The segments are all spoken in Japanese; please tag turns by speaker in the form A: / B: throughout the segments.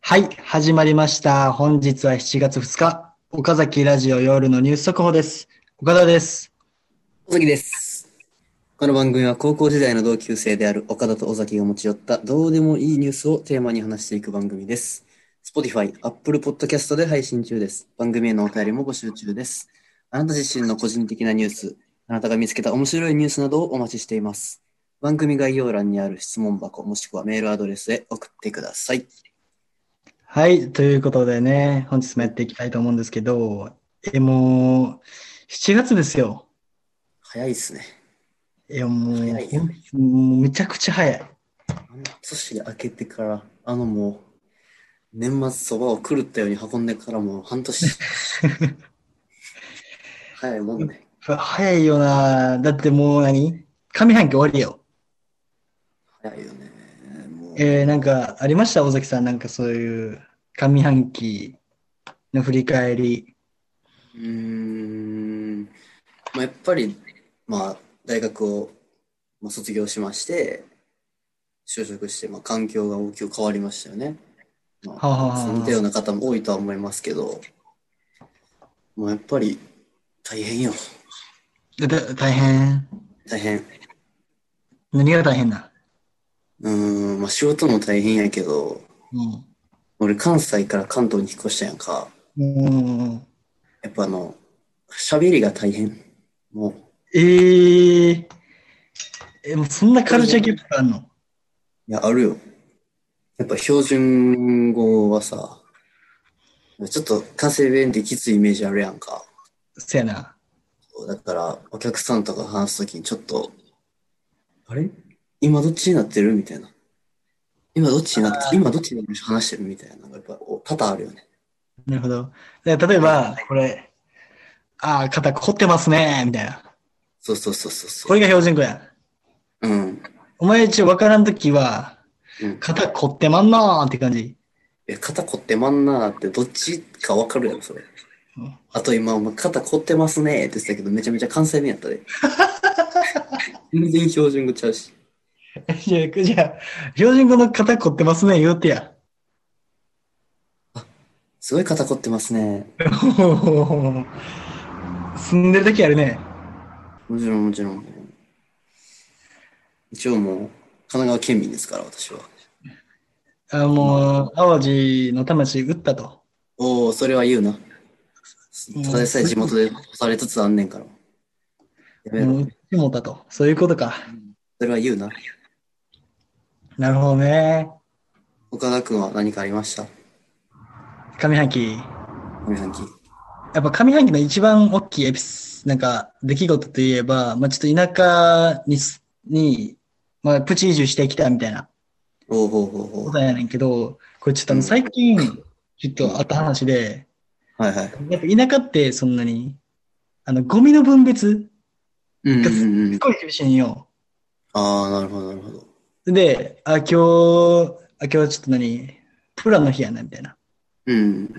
A: はい、始まりました。本日は7月2日、岡崎ラジオ夜のニュース速報です。岡田です。
B: 尾崎です。この番組は高校時代の同級生である岡田と尾崎が持ち寄ったどうでもいいニュースをテーマに話していく番組です。Spotify、Apple Podcast で配信中です。番組へのお便りも募集中です。あなた自身の個人的なニュース、あなたが見つけた面白いニュースなどをお待ちしています。番組概要欄にある質問箱もしくはメールアドレスへ送ってください。
A: はい、ということでね、本日もやっていきたいと思うんですけど、え、もう、7月ですよ。
B: 早いですね。
A: いや、もう、
B: 早いよね
A: ほんもうめちゃくちゃ早い。
B: あの年明けてから、あのもう、年末そばを狂ったように運んでからもう 半年。早いもんね。
A: 早いよな。だってもう何上半期終わりよ。
B: 早いよね。もう、
A: えー、なんかありました尾崎さん、なんかそういう上半期の振り返り。
B: うーん。まあ、やっぱり、まあ、大学を、まあ、卒業しまして、就職して、まあ、環境が大きく変わりましたよね。ま
A: は
B: あ
A: あはあはあ
B: そのような方も多いとは思いますけど、もうやっぱり大変よ。
A: だだ大変。
B: 大変。
A: 何が大変な
B: うーん、まあ仕事も大変やけど、
A: うん。
B: 俺関西から関東に引っ越したやんか。
A: うん。
B: やっぱあの、喋りが大変。もう、
A: えー、え、もうそんなカルチャーギャップあんの
B: いや、あるよ。やっぱ標準語はさ、ちょっと関西弁ってきついイメージあるやんか。
A: せやな。
B: だから、お客さんとか話すときにちょっと、あれ今どっちになってるみたいな。今どっちになって、今どっちに話してるみたいな。やっぱ、お多々あるよね。
A: なるほど。で例えば、これ、ああ、肩凝ってますね、みたいな。
B: そうそうそうそうそ
A: これが標準語や。
B: う。うん。
A: お前一応分からんときは、
B: うん。
A: 肩凝ってまんなーって感じ。
B: え、肩凝ってまんなーってどっちかわかるやろ、それ
A: うん。
B: あと今、お前肩凝ってますねーって言ってたけど、めちゃめちゃ関西弁やったで。全然標準語ちゃうし。
A: じゃあ、じゃあ標準語の肩凝ってますね、言うてや。
B: すごい肩凝ってますね。
A: 住んでる時あるね。
B: もちろん、もちろん。一応もう、神奈川県民ですから、私は。
A: あもう、淡路の魂打ったと。
B: おお、それは言うな。
A: うん
B: ただでさえ地元で干されつつあんねんから。やめ
A: もう打
B: ろ。
A: ってもうたと。そういうことか。
B: それは言うな。
A: なるほどね。
B: 岡田君は何かありました
A: 上半期。
B: 上半期。
A: やっぱ上半期の一番大きいエピス、なんか、出来事といえば、まあちょっと田舎にす、に、まあプチ移住してきたみたいな
B: おおほうほうほ
A: こと
B: う。
A: やねんけど、これちょっとあの
B: うん
A: 最近、ちょっとあった話で、
B: はいはい。
A: やっぱ田舎ってそんなに、あの、ゴミの分別
B: うんうんうん
A: す。ごい厳しいんよ。
B: ああ、なるほど、なるほど。
A: で、あ、今日、あ、今日ちょっと何プラの日やな、みたいな。
B: うん、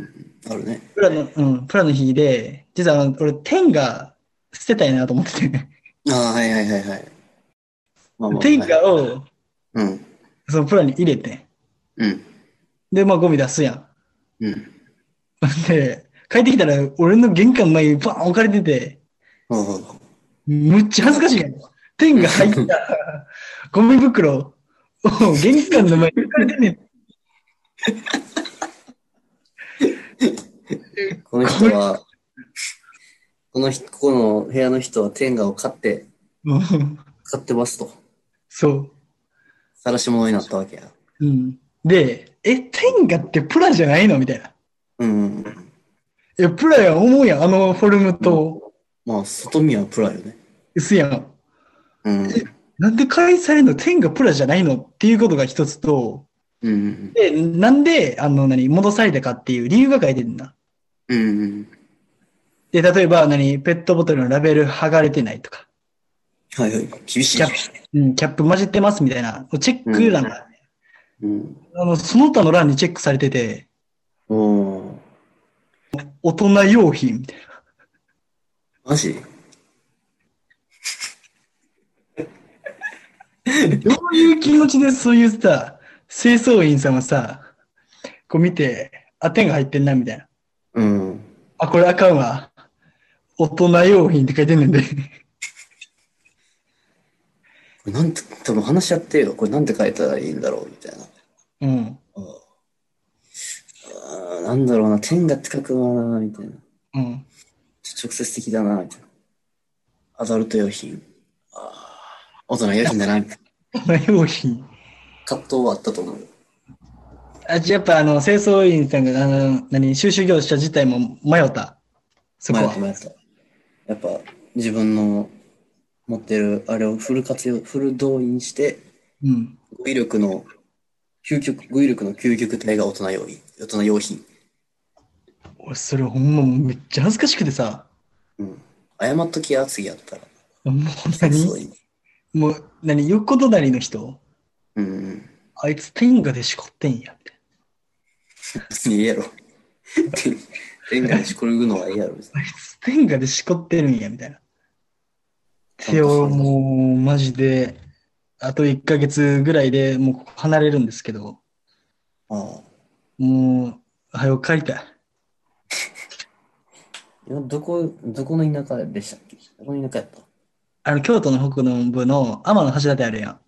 B: あるね。
A: プラの、うん、プラの日で、実はあの、俺、天が捨てたいなと思ってて、
B: ああ、はいはいはいはい。まあまあ
A: 天
B: はい
A: 下を、
B: うん、
A: そのプラに入れて、
B: うん、
A: で、まあ、ゴミ出すや
B: うん。
A: ん。 で、帰ってきたら、俺の玄関前にバーン置かれてて、
B: ほうほうほう
A: むっちゃ恥ずかしいやん。天が入った、 ゴミ袋を玄関の前に置かれてんねん。
B: この人は、この人、ここの部屋の人は天下を買って、
A: うん
B: 買ってますと。
A: そう。
B: 晒し者になったわけや。
A: うん。で、え、天下ってプラじゃないのみたいな。
B: うん、うん。
A: え、プラや思うやん。あのフォルムと、
B: まあ、外見はプラよね。
A: 薄やん。
B: うん、うん
A: なんで開催の天下プラじゃないのっていうことが一つと、
B: うん、
A: で、なんで、あの、何、戻されたかっていう理由が書いてるんだ。
B: うん、うん。
A: で、例えば、何、ペットボトルのラベル剥がれてないとか、
B: はいはい。厳しい
A: キャ。ップ、うん、キャップ混じってますみたいな、チェック欄が、
B: うん。
A: あの、その他の欄にチェックされてて、
B: おお。
A: 大人用品みたいな。
B: マジ
A: どういう気持ちでそういうさ、清掃員さんはさ、こう見て、あ、点が入ってんな、みたいな。
B: うん。
A: あ、これあかんわ。大人用品って書いてんねんで。
B: これなんて、多分話し合ってよ。これなんて書いたらいいんだろうみたいな。
A: うん。
B: あーなんだろうな、天が近くはな、みたいな。
A: うん。
B: ちょ直接的だな、みたいな。アダルト用品。ああ、大人用品だな、みたいな。
A: 大人用品。
B: 葛藤はあったと思う。
A: あ、じゃあやっぱあの、清掃員さんが、あの、何、収集業者自体も迷った。そこ
B: 迷
A: は
B: った。迷った。やっぱ、自分の持ってる、あれをフル活用、フル動員して、
A: うん。
B: 語彙力の、究極、語彙力の究極体が大人用品。大人用品。
A: 俺、それほんまめっちゃ恥ずかしくてさ。
B: うん。謝っときや、次やったら。
A: もう
B: そう
A: 何
B: いう。
A: もう、何横隣の人
B: うんうん。
A: あいつ天下でしこってんや、みたい
B: 別にええやろ。 天天下にしこるのはええやろ。
A: な。あいつ天下でしこってるんや、みたいな。手をもう、マジで、あと1ヶ月ぐらいでもうここ離れるんですけど、
B: ああ。
A: もう、早く帰りたい。
B: 今どこ、どこの田舎でしたっけどこの田舎やっ
A: あの、京都の北の部の天橋立あるやん。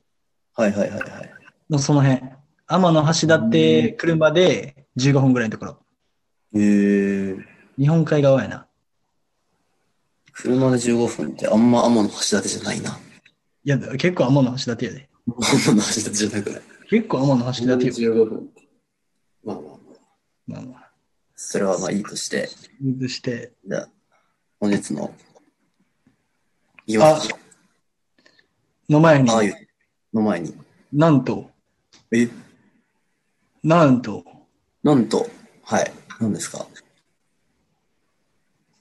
B: たはいはいはいはい。
A: のその辺。天橋立、車で15分ぐらいのところ。
B: えー、
A: 日本海側やな。
B: 車で15分ってあんま天の橋立じゃないな。
A: いや、結構天橋立やで。
B: 天の橋立じゃなくない。
A: 結構天橋立よ。
B: 15分まあまあまあ。
A: まあまあ。
B: それはまあいいとして、
A: そして、
B: じゃあ、本日の、いわき
A: の前に、
B: あゆの前に、
A: なんと、
B: え、
A: なんと、
B: なんと、はい、何ですか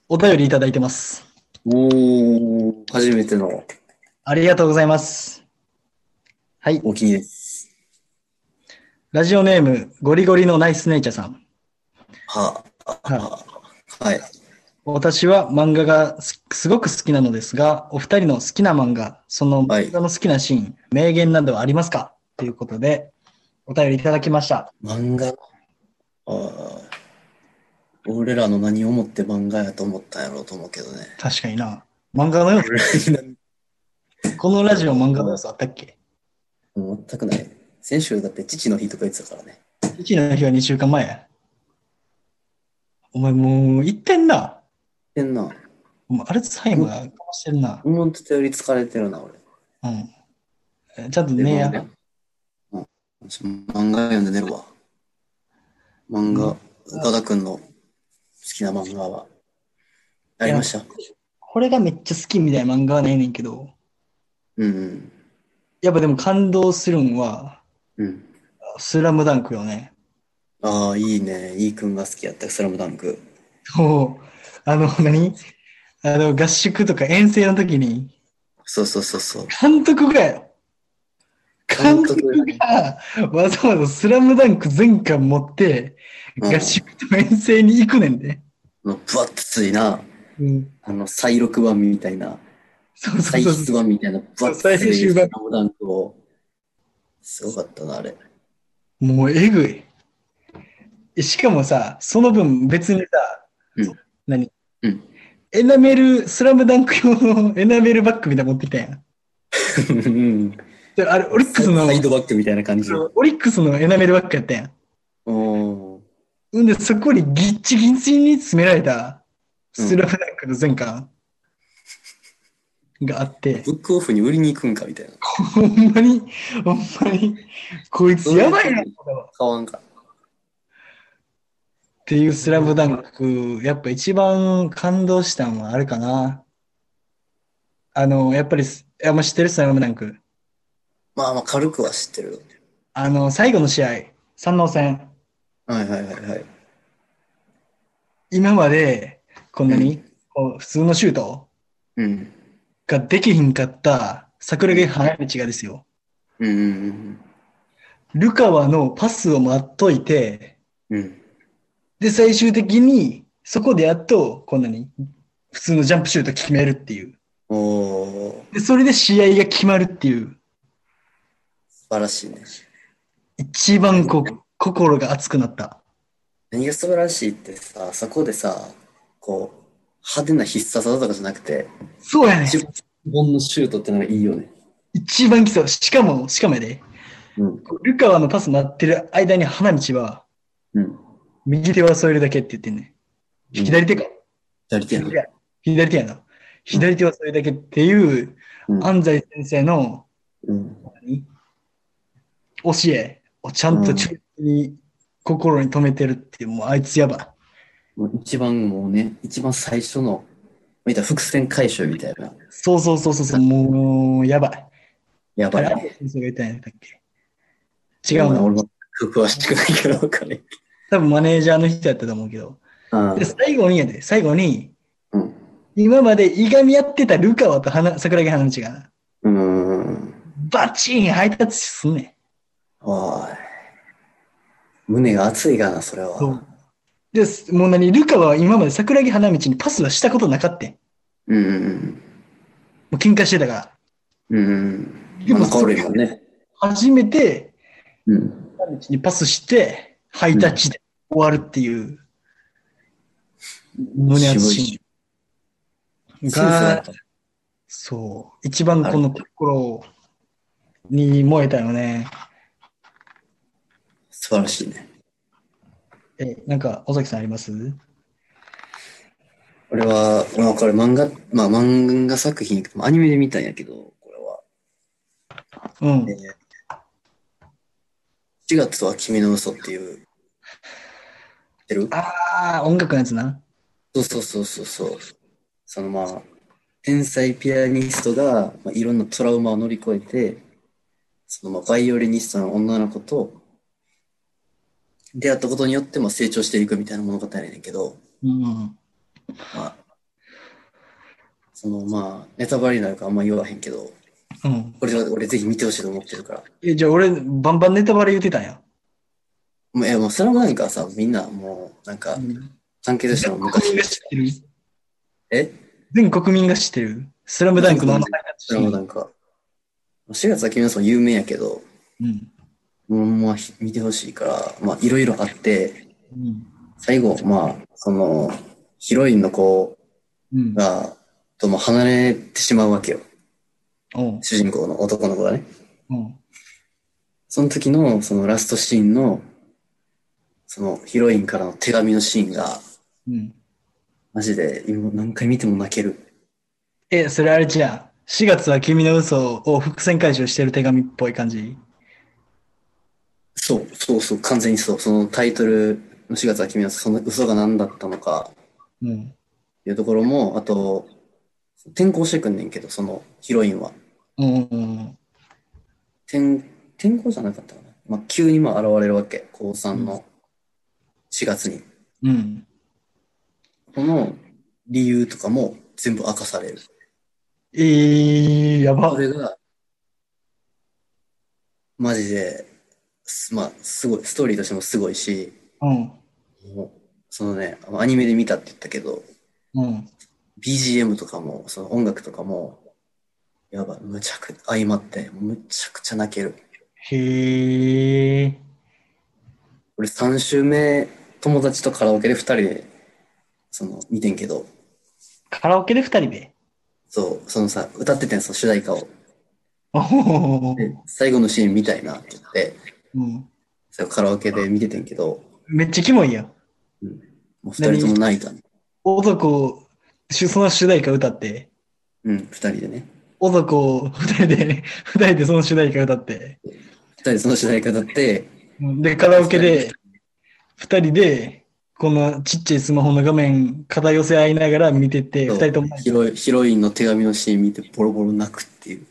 A: お便りいただいてます。
B: おー、初めての
A: ありがとうございます。はい。
B: お気に入りです。
A: ラジオネーム、ゴリゴリのナイスネイチャーさん。
B: はあ、
A: はい
B: はあ、はい。
A: 私は漫画がすすごく好きなのですが、お二人の好きな漫画、その
B: はい
A: 漫画の好きなシーン、名言などはありますかということで、お便りいただきました。
B: 漫画ああ。俺らの何をもって漫画やと思ったんやろうと思うけどね。
A: 確かにな。漫画の要素、このラジオ漫画の要素あったっけ
B: もう全くない。先週だって父の日とか言ってたからね。
A: 一の日は2週間前や。お前もう、言ってんな。
B: てんな。
A: お前アルツハイマーかもしてるな。
B: 思ってたより疲れてるな、俺。
A: うん。えちゃんとねや。
B: うん。私漫画読んで寝るわ。漫画、岡田くんの好きな漫画は、ありました。
A: これがめっちゃ好きみたいな漫画はないねんけど、
B: うんうん。
A: やっぱでも感動するんは、
B: うん。
A: スラムダンクよね。
B: ああ、いいね。いいくんが好きやった、スラムダンク。
A: そう。あの、何あの、合宿とか遠征の時に、
B: そうそうそうそう。
A: 監督がよ。監
B: 監督
A: 督がわざわざスラムダンク全巻持って、
B: うん
A: 合宿と遠征に行くねんで。
B: あの分厚いな。
A: うん。
B: あの、再録版みたいな、
A: そうそう
B: 再
A: そうそ
B: 出
A: う。
B: 版みたいな、
A: そう
B: バッテ
A: 再編
B: リ
A: 集版
B: ースラムダンクを。すごかったな、あ れ。
A: もうえぐいえ。しかもさ、その分別にさ、
B: うん
A: 何、
B: うん
A: エナメル、スラムダンク用の エナメルバッグみたいなの持ってきたやん。
B: うん
A: であれ、オリックスの
B: サ、イドバックみたいな感じ。
A: そうオリックスのエナメルバッグやったやん。
B: おー
A: んで、そこにギッチギチに詰められた、スラムダンクの全巻があって、
B: ブックオフに売りに行くんかみたいな。
A: ほんまに、ほんまに、こいつやばいな、
B: 買わんか。
A: っていうスラムダンク、やっぱ一番感動したのはあれかな。あの、やっぱりす、あんま知ってるスラムダンク。
B: まあまあ、軽くは知ってる。
A: あの、最後の試合、三能戦。
B: はいはいはいはい。
A: 今まで、こんなに、こう普通のシュート
B: うん。
A: ができひんかった桜木花道がですよ。
B: うんうん
A: ルカワのパスを待っといて、
B: うん。うん。
A: で、最終的に、そこでやっと、こんなに、普通のジャンプシュート決めるっていう。
B: おー、
A: で、それで試合が決まるっていう。
B: 素晴らしいね。
A: 一番こう心が熱くなった。
B: 何が素晴らしいってさ、そこでさ、こう、派手な必殺技とかじゃなくて、
A: そうやねん
B: 自分のシュートってのがいいよね。
A: 一番きそう。しかも、しかもやで、
B: うん。
A: ルカワのパス待ってる間に花道は、
B: うん。
A: 右手は添えるだけって言ってんねん。左手か。
B: 左手やな。
A: 左手やな。左手は添えるだけっていう、
B: うん
A: 安西先生の
B: うん。
A: 何教えをちゃんと中心に心に留めてるっていう、もうあいつやば
B: もう一番もうね、一番最初の、見たら伏線回収みたいな。
A: い。そうそうそうそうそう、もうやばい。
B: やば
A: あれ、
B: い
A: 安
B: ね。
A: 西先生が言ったんやったっけ違うの。
B: 俺も詳しくないから 分かんない。
A: 多分マネージャーの人やったと思うけど。
B: あ
A: で、最後にやで、最後に、
B: うん。
A: 今までいがみ合ってたルカワと花桜木花道が、
B: うーん。
A: バチーン配達すんね
B: おい。胸が熱いがな、それ
A: ん。
B: は。
A: そう。で、すもう何、ルカワは今まで桜木花道にパスはしたことなかったん。も
B: うんうん
A: う喧嘩してたから。
B: うん。うんうん。
A: で
B: まあ
A: も
B: 仲悪いもんね。
A: 初めて
B: うん。
A: 花道にパスして、ハイタッチで終わるっていう、胸熱シーンが、そう、一番この心に燃えたよね。
B: 素晴らしいね。
A: え、なんか、尾崎さんあります
B: 俺は、まあこれ漫画、まあ漫画作品、アニメで見たんやけど、これは。
A: うん。
B: 4月は君の嘘っていう。知ってる
A: ああ、音楽のやつな。
B: そうそうそうそうそう。そのまあ、天才ピアニストが、まあ、いろんなトラウマを乗り越えて、そのまあ、バイオリニストの女の子と出会ったことによって、まあ、成長していくみたいな物語やねんけど、
A: うん。
B: まあ、そのまあ、ネタバレになるからあんま言わへんけど、
A: うん。
B: これは俺ぜひ見てほしいと思ってるから。
A: え、じゃあ俺、バンバンネタバレ言ってたんや。
B: まあ、いや、もう、それもなんかさ、みんなもう、なんか、関係としても
A: 全国
B: 昔
A: 民が、知ってる。
B: え
A: 全国民が知ってる。スラムダンクのあの
B: それもなんか、4月は君の嘘有名やけど、
A: うん。
B: もうまあひ見てほしいから、まあいろいろあって、
A: うん。
B: 最後、まあ、その、ヒロインの子
A: うん。
B: が、とも離れてしまうわけよ。
A: おう
B: 主人公の男の子がね。
A: うん。
B: その時の、そのラストシーンの、そのヒロインからの手紙のシーンが、
A: うん。
B: マジで、今何回見ても泣ける。
A: え、それあれじゃん。4月は君の嘘を伏線回収してる手紙っぽい感じ。
B: そう、そうそう、完全にそう。そのタイトルの4月は君はその嘘が何だったのか、
A: うん。
B: いうところも、あと、転校してくんねんけど、そのヒロインは。
A: うんうん。
B: 転、転校じゃなかったかな。まあ、急にまあ現れるわけ。高3の4月に。
A: うん。
B: この理由とかも全部明かされる。
A: えー、やば
B: そ。れが、マジで、すまあ、すごい、ストーリーとしてもすごいし、
A: うん。
B: もうそのね、アニメで見たって言ったけど、
A: うん。
B: BGM とかも、その音楽とかも、やばい、むちゃく、相まって、むちゃくちゃ泣ける。
A: へえ。
B: 俺3週目、友達とカラオケで2人で、その、見てんけど、
A: カラオケで二人で。
B: そう、そのさ、歌っててん、その主題歌を。
A: おお。
B: で、最後のシーン見たいなって言って、
A: うん。
B: それをカラオケで見ててんけど、
A: めっちゃキモいやん。
B: もう2人とも泣いたの。
A: 男しその主題歌歌って、
B: うん、2人でね。
A: 男を二人で、二人でその主題歌歌って、
B: 2人でその主題歌だって、
A: で、カラオケで、二人で、このちっちゃいスマホの画面、片寄せ合いながら見てて、
B: そ
A: 二人
B: う
A: とも、
B: ヒロイヒロインの手紙のシーン見て、ボロボロ泣くっていう。
A: い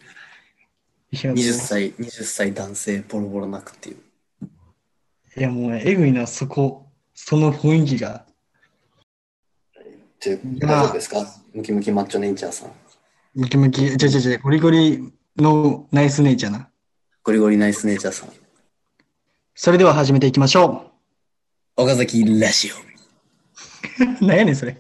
A: や、もう
B: 20歳、20歳男性、ボロボロ泣くっていう。
A: いやもうえぐいな、そこ、その雰囲気が。
B: という、
A: まあ
B: 大丈夫ですかムキムキマッチョネイチャーさん。
A: ムキムキ、ちゃちゃちゃ、ゴリゴリのナイスネイチャーな。
B: ゴリゴリナイスネイチャーさん。
A: それでは始めていきましょ
B: 岡崎ラジオ。
A: う。 何やねん、それ。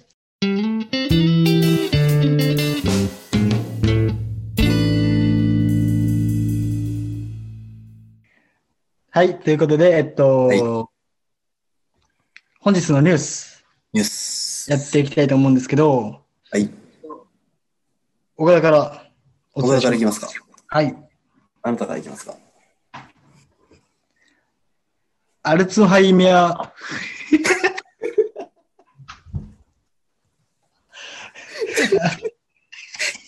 A: はい、ということで、えっと、
B: はい
A: 本日のニュース
B: ニュース。
A: やっていきたいと思うんですけど、
B: はい。
A: 岡田からお
B: 小
A: 伝え
B: 倉
A: しま
B: から
A: す
B: いきますか。
A: はい。
B: あなたからいきますか。
A: アルツハイミア。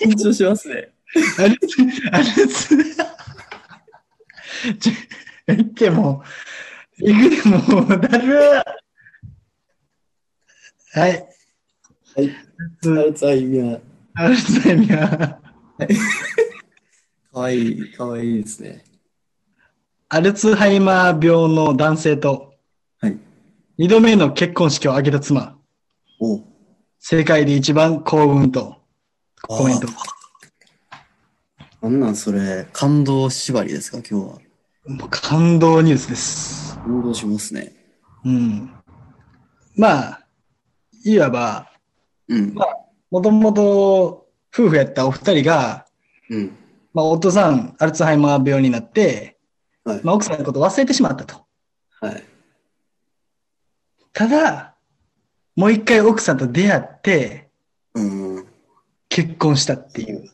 B: 緊張しますね。
A: アルツ、アルツ、ちょ、行っても、行くでも、だるはい。
B: はい。アルツハイマー。
A: アルツハイミア。
B: かわいい、かわいいですね。
A: アルツハイマー病の男性と、
B: はい。
A: 二度目の結婚式を挙げた妻、
B: お
A: 世界で一番幸運と、コメント。
B: なんなんそれ、感動縛りですか、今日は。
A: もう感動ニュースです。
B: 感動しますね。
A: うん。まあ、いわば、
B: うん。
A: もともと夫婦やったお二人が、
B: うん。
A: まあ、夫さん、アルツハイマー病になって、
B: はい。
A: まあ、奥さんのこと忘れてしまったと。
B: はい。
A: ただ、もう一回奥さんと出会って、
B: うん。
A: 結婚したっていう。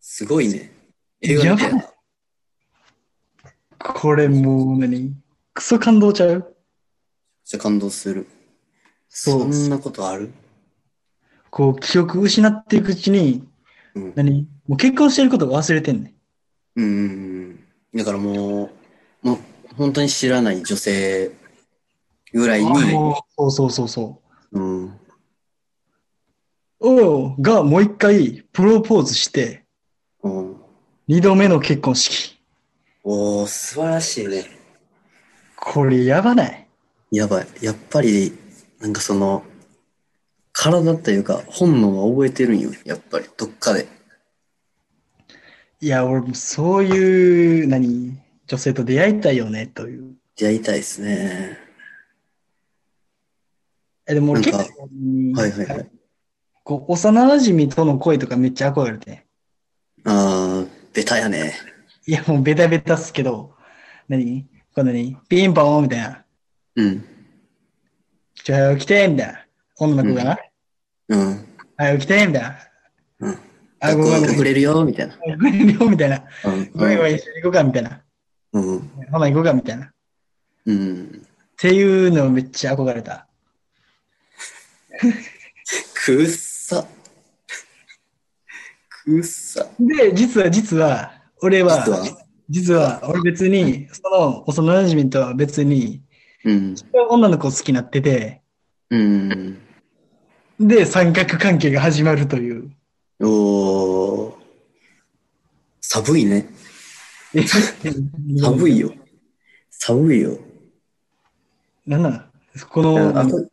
B: すごいね。映画みたい
A: や
B: な。
A: これもう何クソ感動ちゃう
B: じゃ感動する。
A: そ
B: そうそんなことある
A: こう、記憶失っていくうちに、
B: うん。
A: 何もう結婚してること忘れてんねん。
B: うんうんうん。だからもう、もう本当に知らない女性ぐらいに、
A: そうそうそうそ
B: うん。
A: う。おうがもう一回プロポーズして、
B: うん、
A: 二度目の結婚式。
B: おー、素晴らしいね。
A: これやばない。
B: やばい。やっぱり、なんかその、体っていうか、本能は覚えてるんよ。やっぱり、どっかで。
A: いや、俺もそういう、何女性と出会いたいよね、という。
B: やりたいですね。
A: え、でも俺
B: なん
A: 結
B: か
A: 構、
B: はいはいはい。
A: こう、幼馴染との恋とかめっちゃ憧れて。
B: あー、ベタやね。
A: いや、もうベタベタっすけど、何この何ピンポンみたいな。
B: うん。
A: ちょ、早起きてみたいな。女の子がな。
B: うん。
A: 早起きてみたいな。
B: うん。
A: あ、
B: 学
A: ごめんご
B: 校
A: めん
B: 遅。れるよ、みたいな。
A: ごめんよ、みたいな。
B: うん。
A: ごめんごめん、一緒に行こうか、みたいな。
B: うん。
A: ほな、行こうか、みたいな。っ
B: うん。
A: ていうのめっちゃ憧れた。
B: くっさ。くっさ。
A: で、実は、実は、俺は、
B: 実は
A: 実は俺別に、その幼馴染とは別に、
B: うん。
A: 女の子好きになってて、
B: うん。
A: で、三角関係が始まるという。
B: おー。寒いね。寒
A: い。
B: いよ。寒いよ。
A: なんなんこ
B: あ
A: の、
B: と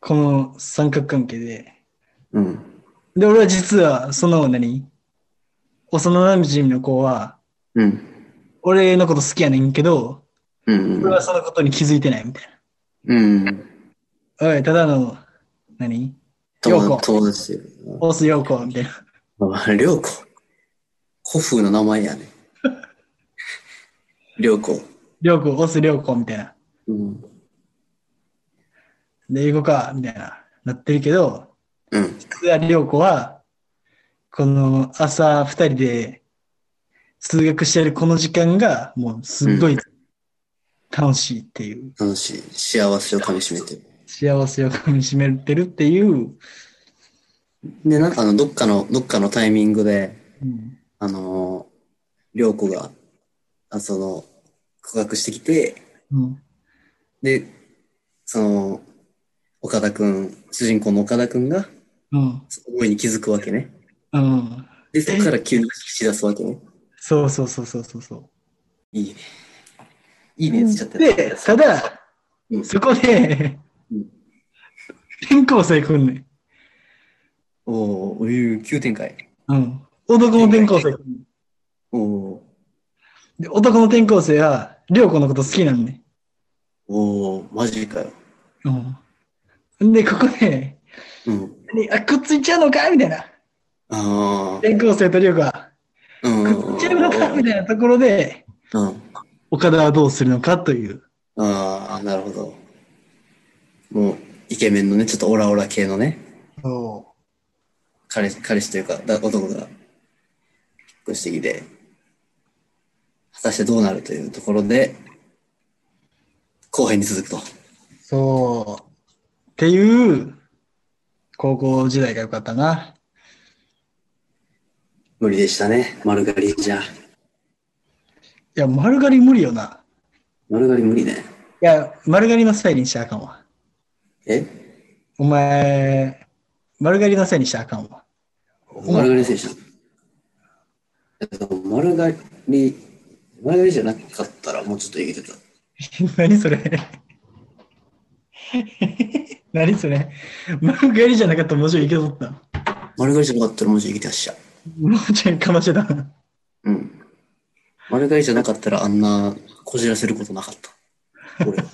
A: この三角関係で。
B: うん。
A: で、俺は実は、その何幼馴染の子は、
B: うん。
A: 俺のこと好きやねんけど、
B: うん
A: 俺はそのことに気づいてないみたいな。
B: うん。
A: おい、ただの、何
B: 友友達。
A: オス陽子みたいな。
B: ありょうこ。古風の名前や ね。りょうこ。
A: 陽子、オス陽子みたいな。
B: うん。
A: で、英語か、みたいな、なってるけど、
B: うん。
A: 実は陽子は、この朝二人で通学してるこの時間が、もうすっごい楽しいっていう、
B: 楽しい。幸せをかみしめてる。
A: 幸せをかみしめてるっていう、
B: で、なんかあの、どっかの、どっかのタイミングで、
A: うん、
B: あのー、りょうこが、あその、告白してきて、
A: うん、
B: で、その、岡田くん、主人公の岡田くんが、
A: うん、
B: その思いに気づくわけね。
A: うん。
B: で、そこから急に引き出すわけね。
A: そうそうそうそうそうそ
B: いいね。いいね、やつちゃっ
A: う。
B: てる。
A: で、ただ、
B: うん
A: そこで
B: うん、
A: 転校生来んねん。
B: おーおいう、急展開。
A: うん。男の転校生来んねん。
B: おお
A: で、男の転校生は、涼子のこと好きなんね。
B: おおマジかよ。
A: うん。で、ここで、
B: うん。
A: 何あ、くっついちゃうのかみたいな。
B: あ
A: 転校生と涼子が、
B: あ。うん。
A: くっついちゃうのかみたいなところで、
B: うん。
A: 岡田はどうするのかという。
B: ああ、なるほど。もう、イケメンのね、ちょっとオラオラ系のね、
A: そ
B: 彼氏、彼氏というか、だ男が、引っ越してきて、果たしてどうなるというところで、後編に続くと。
A: う。そう。っていう、高校時代が良かったな。
B: 無理でしたね、丸刈りじゃ。
A: いや、丸刈り無理よな。
B: 丸刈り無理ね。
A: いや、丸刈りのせいにしちゃあかんわ。
B: え
A: お前、丸刈りのせいにしちゃあかんわ。
B: 丸刈りのせいでした。えっと丸刈り、丸刈りじゃなかったらもうちょっといけてた。
A: 何それ何それ丸刈りじゃなかったらもうちょいいけとった。
B: 丸刈りじゃなかったらもうちょいいけてらっしゃ。
A: もうちょいかましてた。
B: うん。丸刈りじゃなかったらあんなこじらせることなかった。俺は。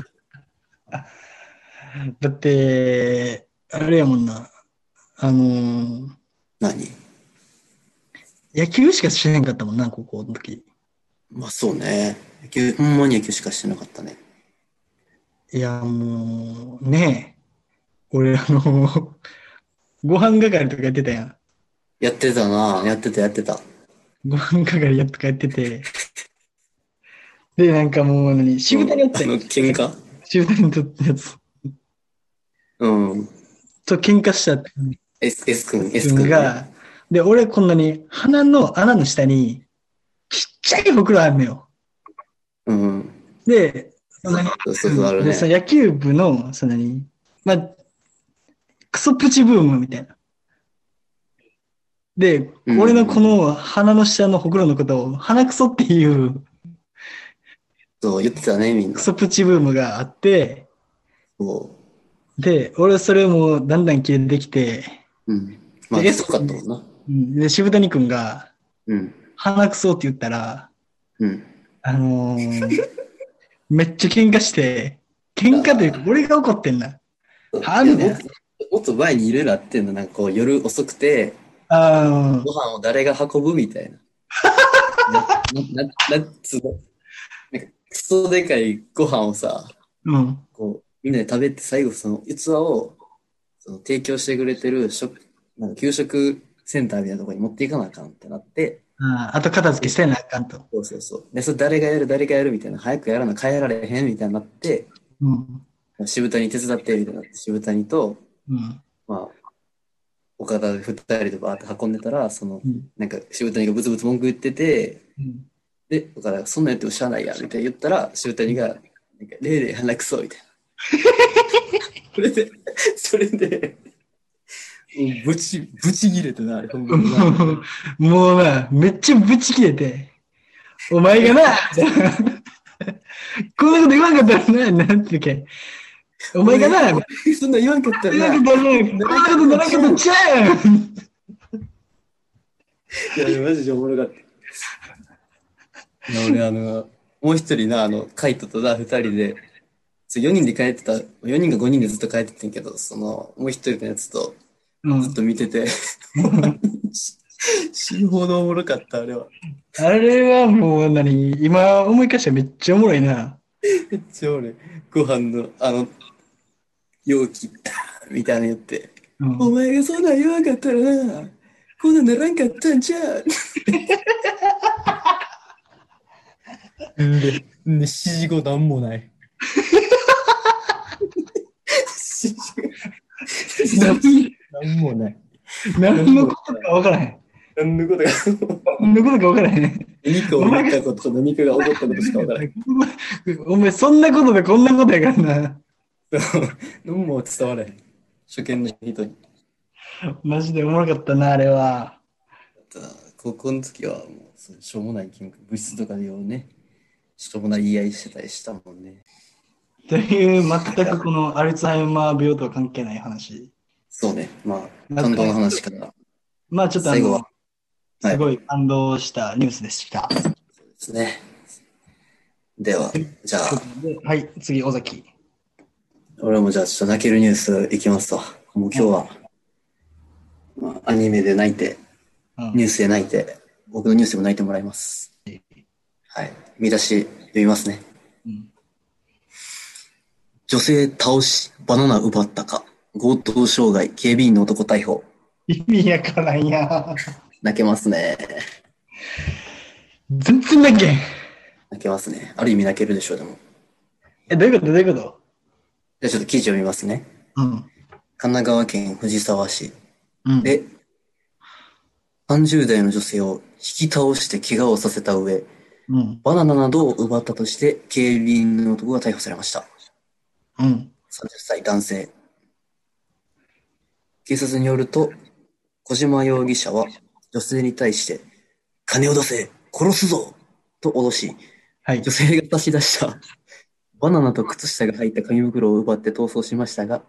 A: だって、あれやもんな。あのー
B: 何
A: 野球しかしてへんかったもんな、高校の時。
B: まあそうね。野球、ほんまに野球しかしてなかったね。
A: いや、もう、ねえ。俺、あの、ご飯係とかやってたやん。
B: やってたなやってたやってた。
A: ご飯係やっとかやってて。で、なんかもう何、渋谷におった
B: あの、
A: よ。
B: 喧嘩
A: 渋谷にとったやつ。
B: うん。
A: と喧嘩した
B: S, S 君、S
A: 自
B: 君、
A: 分
B: ね。
A: が、で、俺こんなに鼻の穴の下にちっちゃいほくろあんのよ。
B: うん。
A: で、そんなに
B: そうそうそう、ある
A: で
B: ね。
A: その野球部の、そんなに、まあ、クソプチブームみたいな。で、
B: うん
A: 俺のこの鼻の下のほくろのことを、鼻クソっていう
B: そう、言ってたね、みんな。
A: ク
B: そ
A: ソプチブームがあって、
B: う。
A: で、俺それもだんだん消えてきて、
B: うん。まあ、
A: で
B: 遅かったもんな。
A: うんで、渋谷くんが、
B: うん。
A: 鼻クソって言ったら、
B: うん。
A: あのーめっちゃ喧嘩して、喧嘩というか、俺が怒ってんな。はい
B: や
A: みたいな
B: もっともっと前にいろいろあってんの、なんかこう、夜遅くて、
A: あ
B: ご飯を誰が運ぶみたいな。な、な、な、なつうのなんか、クソでかいご飯をさ、
A: ーうん。
B: こう、みんなで食べて、最後その器を、その提供してくれてる食、なんか給食センターみたいなところに持っていかなあかんってなって、
A: あーあと片付けしてなあかんと。
B: そうそうそう。で、それ誰がやる、誰がやるみたいな、早くやらな、帰られへんみたいになって、
A: うん。
B: 渋谷手伝ってみたいになって、渋谷と、
A: うん。
B: まあ、岡田で二人でバーって運んでたら、その、
A: うん
B: なんか渋谷がブツブツ文句言ってて、
A: うん
B: で、岡田がそんなんやってもしゃあないや、みたいな言ったら、渋谷が、なんか、レイレイ鼻くそ、みたい な。それで、それで、もうぶち、ぶち切れてな、あれほんまにな
A: もうな、めっちゃぶち切れて、お前がな、 こんなこと言わんかったらな、なんていうか、お前がな、こんなこ
B: そんなん言わんかった
A: と
B: ら
A: 言
B: な
A: わん。かったらな、こんなことなかったちゃうん
B: いや、マジでおもろかった。いや、俺、あの、もう一人な、あの、カイトとな、二人で、4人で帰ってた、4人が5人でずっと帰っててんけど、その、もう一人のやつと、
A: うん
B: ずっと見て て、死ぬほどおもろかった、あれは。
A: あれはもう何、今思い返したらめっちゃおもろいな。
B: めっちゃ俺、ご飯の、あの、容器、みたいなの言って、
A: うん
B: お前がそんなん言わんかったらな、こんなんならんかったんちゃう。で、ね、7時後なんもない。
A: 何
B: なんもない。
A: 何のことか分からへん。
B: 何のことが、
A: 何のことか分からへん。
B: 何かを言ったことと何かが起こったことしかわからない。
A: お前、そんなことでこんなことやからな。
B: 何も伝わらへん。初見の人に。
A: マジでおもろかったな、あれは。
B: 高校の時はもうそうしょうもない喧嘩部室とかでようねしょうもない言い合いしてたりしたもんね
A: という、全くこのアルツハイマー病とは関係ない話。
B: そうねまあ
A: なん
B: 感
A: か
B: 動の話から
A: まあちょっとあ
B: 最後
A: の
B: は、はい
A: すごい感動したニュースでした。
B: ですねではじゃあ
A: はい、次、尾崎。
B: 俺もじゃあちょっと泣けるニュースいきますわもう今日は、まあ、アニメで泣いて
A: うん
B: ニュースで泣いて僕のニュースでも泣いてもらいますはい見出し読みますね
A: うん
B: 女性倒し、バナナ奪ったか。強盗傷害、警備員の男逮捕。
A: 意味やからんや。
B: 泣けますね。
A: 全然だっけん。
B: 泣けますね。ある意味泣けるでしょう、でも。
A: え、どういうことどういうこと
B: じゃあちょっと記事を見ますね。
A: うん。
B: 神奈川県藤沢市
A: うん。
B: で、30代の女性を引き倒して怪我をさせた上、
A: うん。
B: バナナなどを奪ったとして、警備員の男が逮捕されました。
A: うん。
B: 30歳男性。警察によると、小島容疑者は女性に対して、金を出せ殺すぞと脅し、
A: はい
B: 女。性が差し 出したバナナと靴下が入った紙袋を奪って逃走しましたが、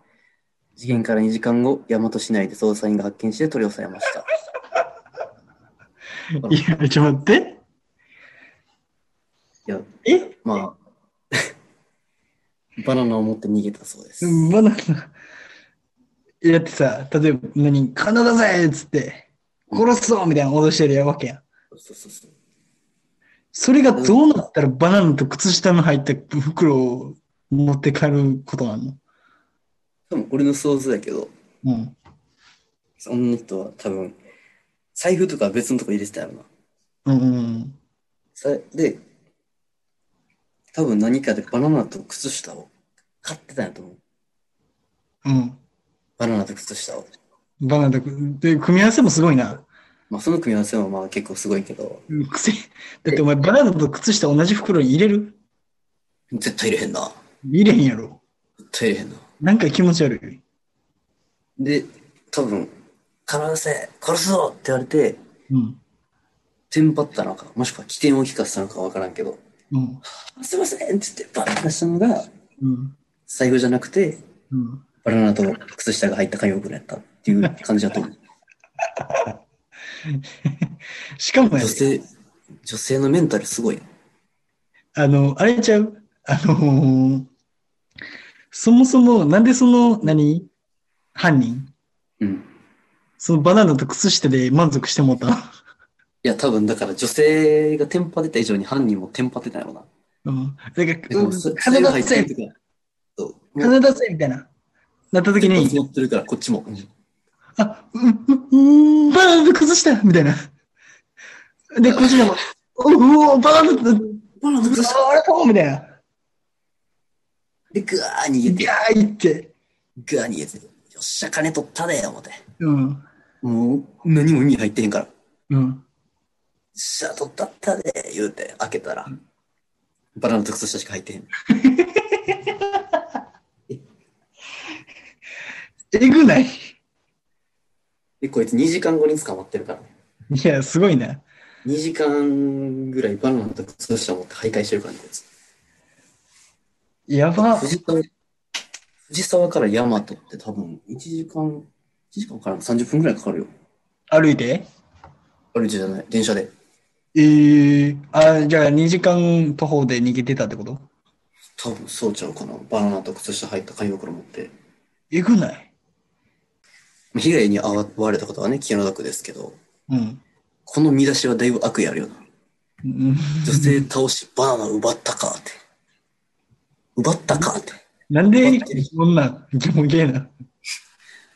B: 事件から2時間後、大和市内で捜査員が発見して取り押さえました。
A: いや、ちょっと待って。
B: いや、
A: え
B: まあ、 バナナを持って逃げたそうです。
A: バナナ。いやだってさ、例えば、何、金だぜっつって、殺すぞみたいな脅してるやわけやん。
B: そうそうそう
A: それがどうなったらバナナと靴下の入った袋を持って帰ることなの
B: 多分俺の想像だけど、
A: うん。
B: その人は多分、財布とか別のとこ入れてたやろな。
A: うんうん
B: それで、多分何かでバナナと靴下を買ってたんやと思う。
A: うん。
B: バナナと靴下を。
A: うん。バナナと、で、組み合わせもすごいな。
B: まあその組み合わせもまあ結構すごいけど、
A: くせ、だってお前バナナと靴下同じ袋に入れる
B: 絶対入れへんな。
A: 入れへんやろ。
B: 絶対入れへんな。
A: なんか気持ち悪い。
B: で、多分、金出せ殺すぞって言われて、
A: うん。
B: テンパったのか、もしくは起点を利かせたのかわからんけど、
A: うん。
B: すいませんって言ってバッて出したのが、
A: うん。
B: 財布じゃなくて、
A: うん。
B: バナナと靴下が入った紙袋やったっていう感じだ と思う。
A: しかもや
B: 女
A: で
B: 性、女性のメンタルすごいな。
A: あの、あれちゃうあのーそもそも、なんでその、何犯人
B: うん。
A: そのバナナと靴下で満足してもうた。
B: いや、多分だから女性がテンパってた以上に犯人もテンパってたよな。
A: うん。だから、
B: でも
A: うん
B: そ
A: 金出せ
B: とか、そう。もう
A: 金出せみたいな。なった時
B: テンパ
A: に
B: 詰、まってるから、こっちも。うん
A: あ、う、う、うーん、バナナと靴下みたいな。で、こっちでも、うお、バナナと、
B: バナナ
A: 靴
B: 靴
A: 下
B: 下
A: あれとみたいな。
B: で、ぐわー逃げ
A: ギ
B: て、
A: ャーいって。
B: ぐわー逃げて、よっしゃ、金取ったで、思って。
A: うん。
B: もう、何も意味入ってへんから。よっ
A: うん。
B: しゃ、取ったったで、言うて、開けたら、バナナと靴下しか入ってへん。
A: えぐない。い
B: で、こいつ2時間後に捕まってるからね。
A: や、すごいな。
B: 2時間ぐらいバナナと靴下持って徘徊してるからね、こいつ。
A: やば。
B: 藤沢藤沢から大和って多分1時間、1時間から30分ぐらいかかるよ。
A: 歩いて。
B: 歩いてじゃない、電車で。
A: ええあ、じゃあ2時間徒歩で逃げてたってこと
B: 多分そうちゃうかな。バナナと靴下入った紙袋持って。
A: えぐない。
B: 被害に遭われたことはね、気の毒ですけど、
A: うん。
B: この見出しはだいぶ悪意あるよな。
A: うん
B: 女性倒し、バナナ奪ったかって。奪ったかって。
A: なんで、そんな、疑問ゲーな。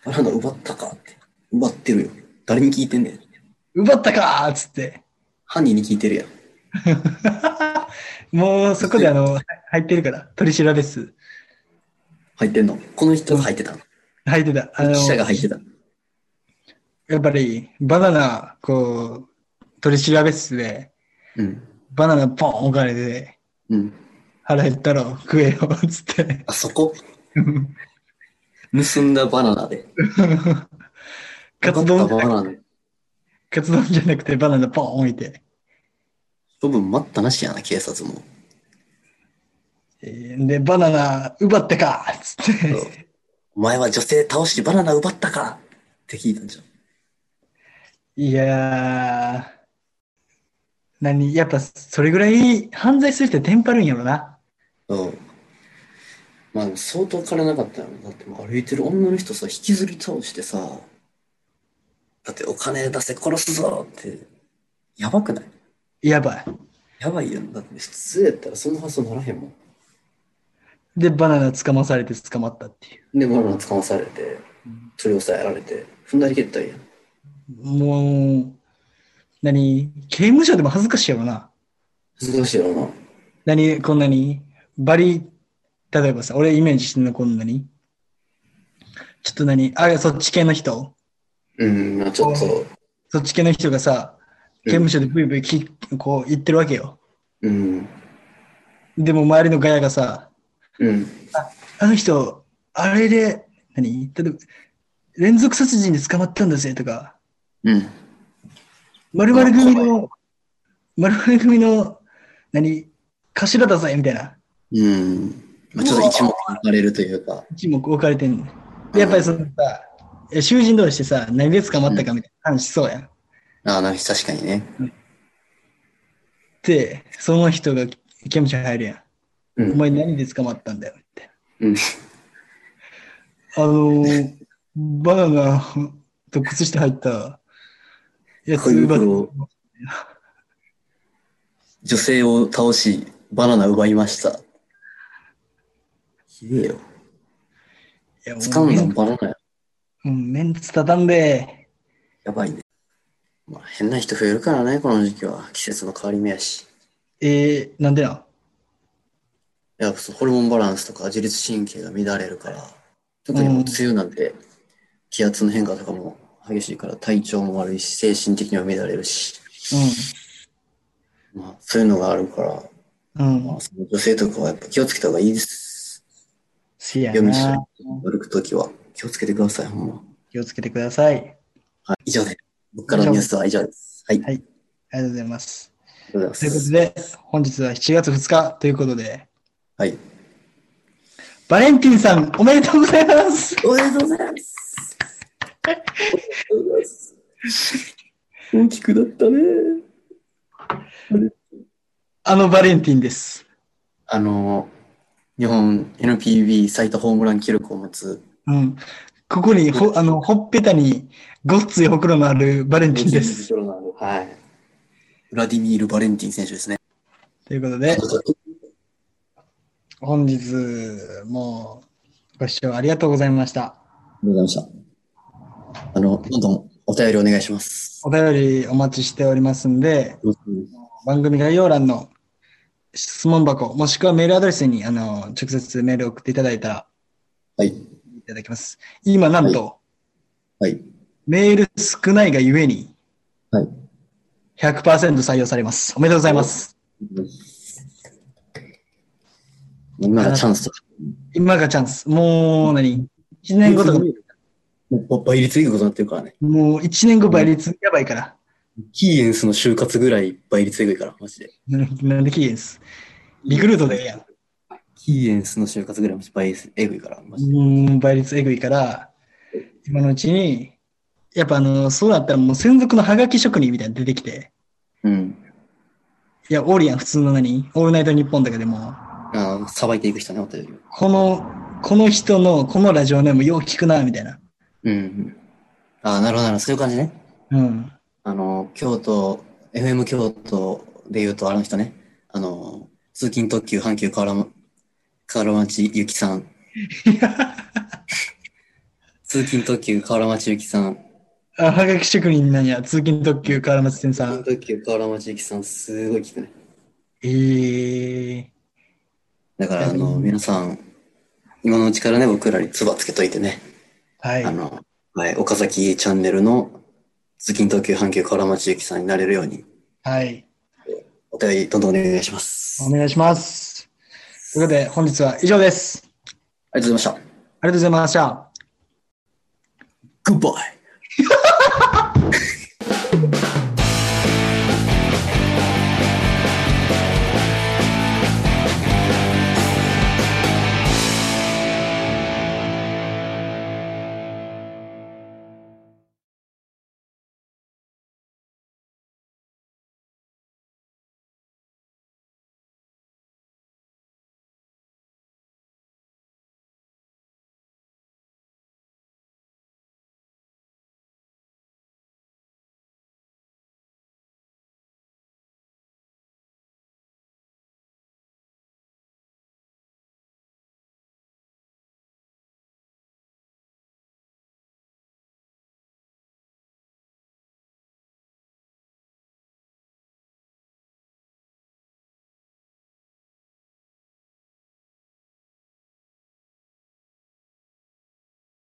B: バナナ奪ったかって。奪ってるよ。誰に聞いてんねん。
A: 奪ったかーっつって。
B: 犯人に聞いてるやん。
A: もうそこであの、入ってるから、取り調べ室。
B: 入ってんのこの人が入ってたの。
A: 入ってた。あの
B: 記、者が入ってた。
A: やっぱり、バナナ、こう、取り調べ室で、
B: うん。
A: バナナポン置かれて、
B: うん。
A: 腹減ったろ、食えよ、つって。
B: あそこ結んだバナナで。
A: カツ
B: 奪
A: 丼じ
B: っ
A: ゃな
B: たバ
A: く、
B: ナナで。
A: カツ丼じゃなくてバナナポン置いて。
B: 処分待ったなしやな、警察も。
A: えーで、バナナ奪ったかっつって。
B: お前は女性倒しバナナ奪ったかって聞いたんじゃん。
A: いやー、何、やっぱそれぐらい犯罪する人テンパるんやろな。
B: うん。まあ、相当金なかったよね。だってもう歩いてる女の人さ、引きずり倒してさ、だってお金出せ殺すぞって、やばくない
A: やばい。
B: やばいよね。だって普通やったらそんな発想ならへんもん。
A: で、バナナ捕まされて捕まったっていう。
B: で、バナナ捕まされて、それをさやられて、踏んだり蹴ったりやん。
A: もう、何刑務所でも恥ずかしいやろな。
B: 難しいよな。
A: 何こんなにバリ、例えばさ、俺イメージしてんのこんなに。ちょっと何あれ、そっち系の人
B: うん、まあちょっと、
A: そっち系の人がさ、刑務所でブイブイき、こう言ってるわけよ。
B: うん、
A: でも周りのガヤがさ、
B: うん、
A: あの人、あれで、何例えば、連続殺人で捕まったんだぜとか、
B: うん、
A: 〇〇組
B: あ怖
A: の、〇〇組の、何頭だぜみたいな。
B: うん。まあちょっと一目置かれるというか。
A: 一目置かれてんの。でやっぱりそのさ、え囚人同士でさ、何で捕まったかみたいな話しそうやん。
B: ああ、なんか確かにね。
A: で、その人が刑務所入るやん。
B: う
A: お
B: ん。
A: 前何で捕まったんだよみたい
B: うん、
A: な。あのー、バナナと靴下入ったやつ
B: 恋
A: 奪っ
B: 袋を 女性を倒し、バナナ奪いました。ひでえよ。
A: いやもう
B: 掴んだのバナナや。
A: うん、メンツ畳んで、
B: やばいね。まあ、変な人増えるからね、この時期は。季節の変わり目やし。
A: えー、なんでなん
B: いやっぱそうホルモンバランスとか自律神経が乱れるから、特にもう梅雨なんて、気圧の変化とかも激しいから体調も悪いし、精神的にも乱れるし、まあ、そういうのがあるから、
A: うん。う
B: ま
A: ん
B: あ、。その女性とかはやっぱ気をつけた方がいいです。
A: せや
B: 夜道
A: な。
B: 歩くときは気をつけてください、ほんま。
A: 気をつけてください。あり
B: はい、以上で、僕からのニュースは以上です。はい、
A: はいがとうございます。
B: ありがとうご
A: と
B: ざ
A: い
B: いうま
A: こと
B: す。
A: で、本日は7月2日ということで、
B: はい。
A: バレンティンさん、おめでとうございます。
B: おめでとうございます。おめでとうございます。大きくなったね。
A: あのバレンティンです。
B: あの、日本 NPB 最多ホームラン記録を持つ、
A: うん。ここに、ほ、あの、ほっぺたに、ごっついほくろのあるバレンティンです。
B: はい。ウラディミール・バレンティン選手ですね。
A: ということで、本日もご視聴ありがとうございました。
B: ありがとうございました。あの、どんどんお便りお願いします。
A: お便りお待ちしておりますんで、番組概要欄の質問箱、もしくはメールアドレスに、あの、直接メールを送っていただいたら
B: はい。
A: いただきます。今、なんと、
B: はい。
A: メール少ないがゆえに、
B: はい。
A: 100%採用されます。おめでとうございます。
B: 今がチャンスと。
A: 今がチャンス。もう何、一年後とか、
B: もう倍率いいことになってるからね。
A: もう一年後倍率やばいから。
B: キーエンスの就活ぐらい倍率えぐいから、マジで。
A: なんで期限です。リクルートでええやん。
B: キーエンスの就活ぐらいマジ倍率えぐいから、マジで。
A: うーん、倍率えぐいから、今のうちに、やっぱあの、そうなったらもう専属のハガキ職人みたいなの出てきて、
B: うん。
A: いや、オーリアン普通の何オールナイトニッポンとかでも、
B: ああ、さばいていく人ね、お便りを。
A: この、この人の、このラジオネームよう聞くな、みたいな。
B: うんうん。ああ、なるほど、なるほど。そういう感じね。
A: うん。
B: あの、京都、FM 京都で言うと、あの人ね、あの、通勤特急阪急河原、河原町ゆきさ ん。通勤特急河原町ゆきさん。
A: あ、はがき職人なんや、通勤特急、河原町店
B: 通
A: さ
B: 勤
A: ん。
B: 特急河原町ゆきさん、すごい聞くね。
A: ええ
B: だから、あの、皆さん、今のうちからね、僕らにツバつけといてね、
A: はい
B: あ。の、はい、岡崎チャンネルの通勤特急阪急河原町ゆきさんになれるように、
A: はい。
B: お便りどんどんお願いします。
A: お願いします。ということで、本日は以上です。
B: ありがとうござい
A: あ
B: まし
A: りがとうございました。
B: た。グッバイ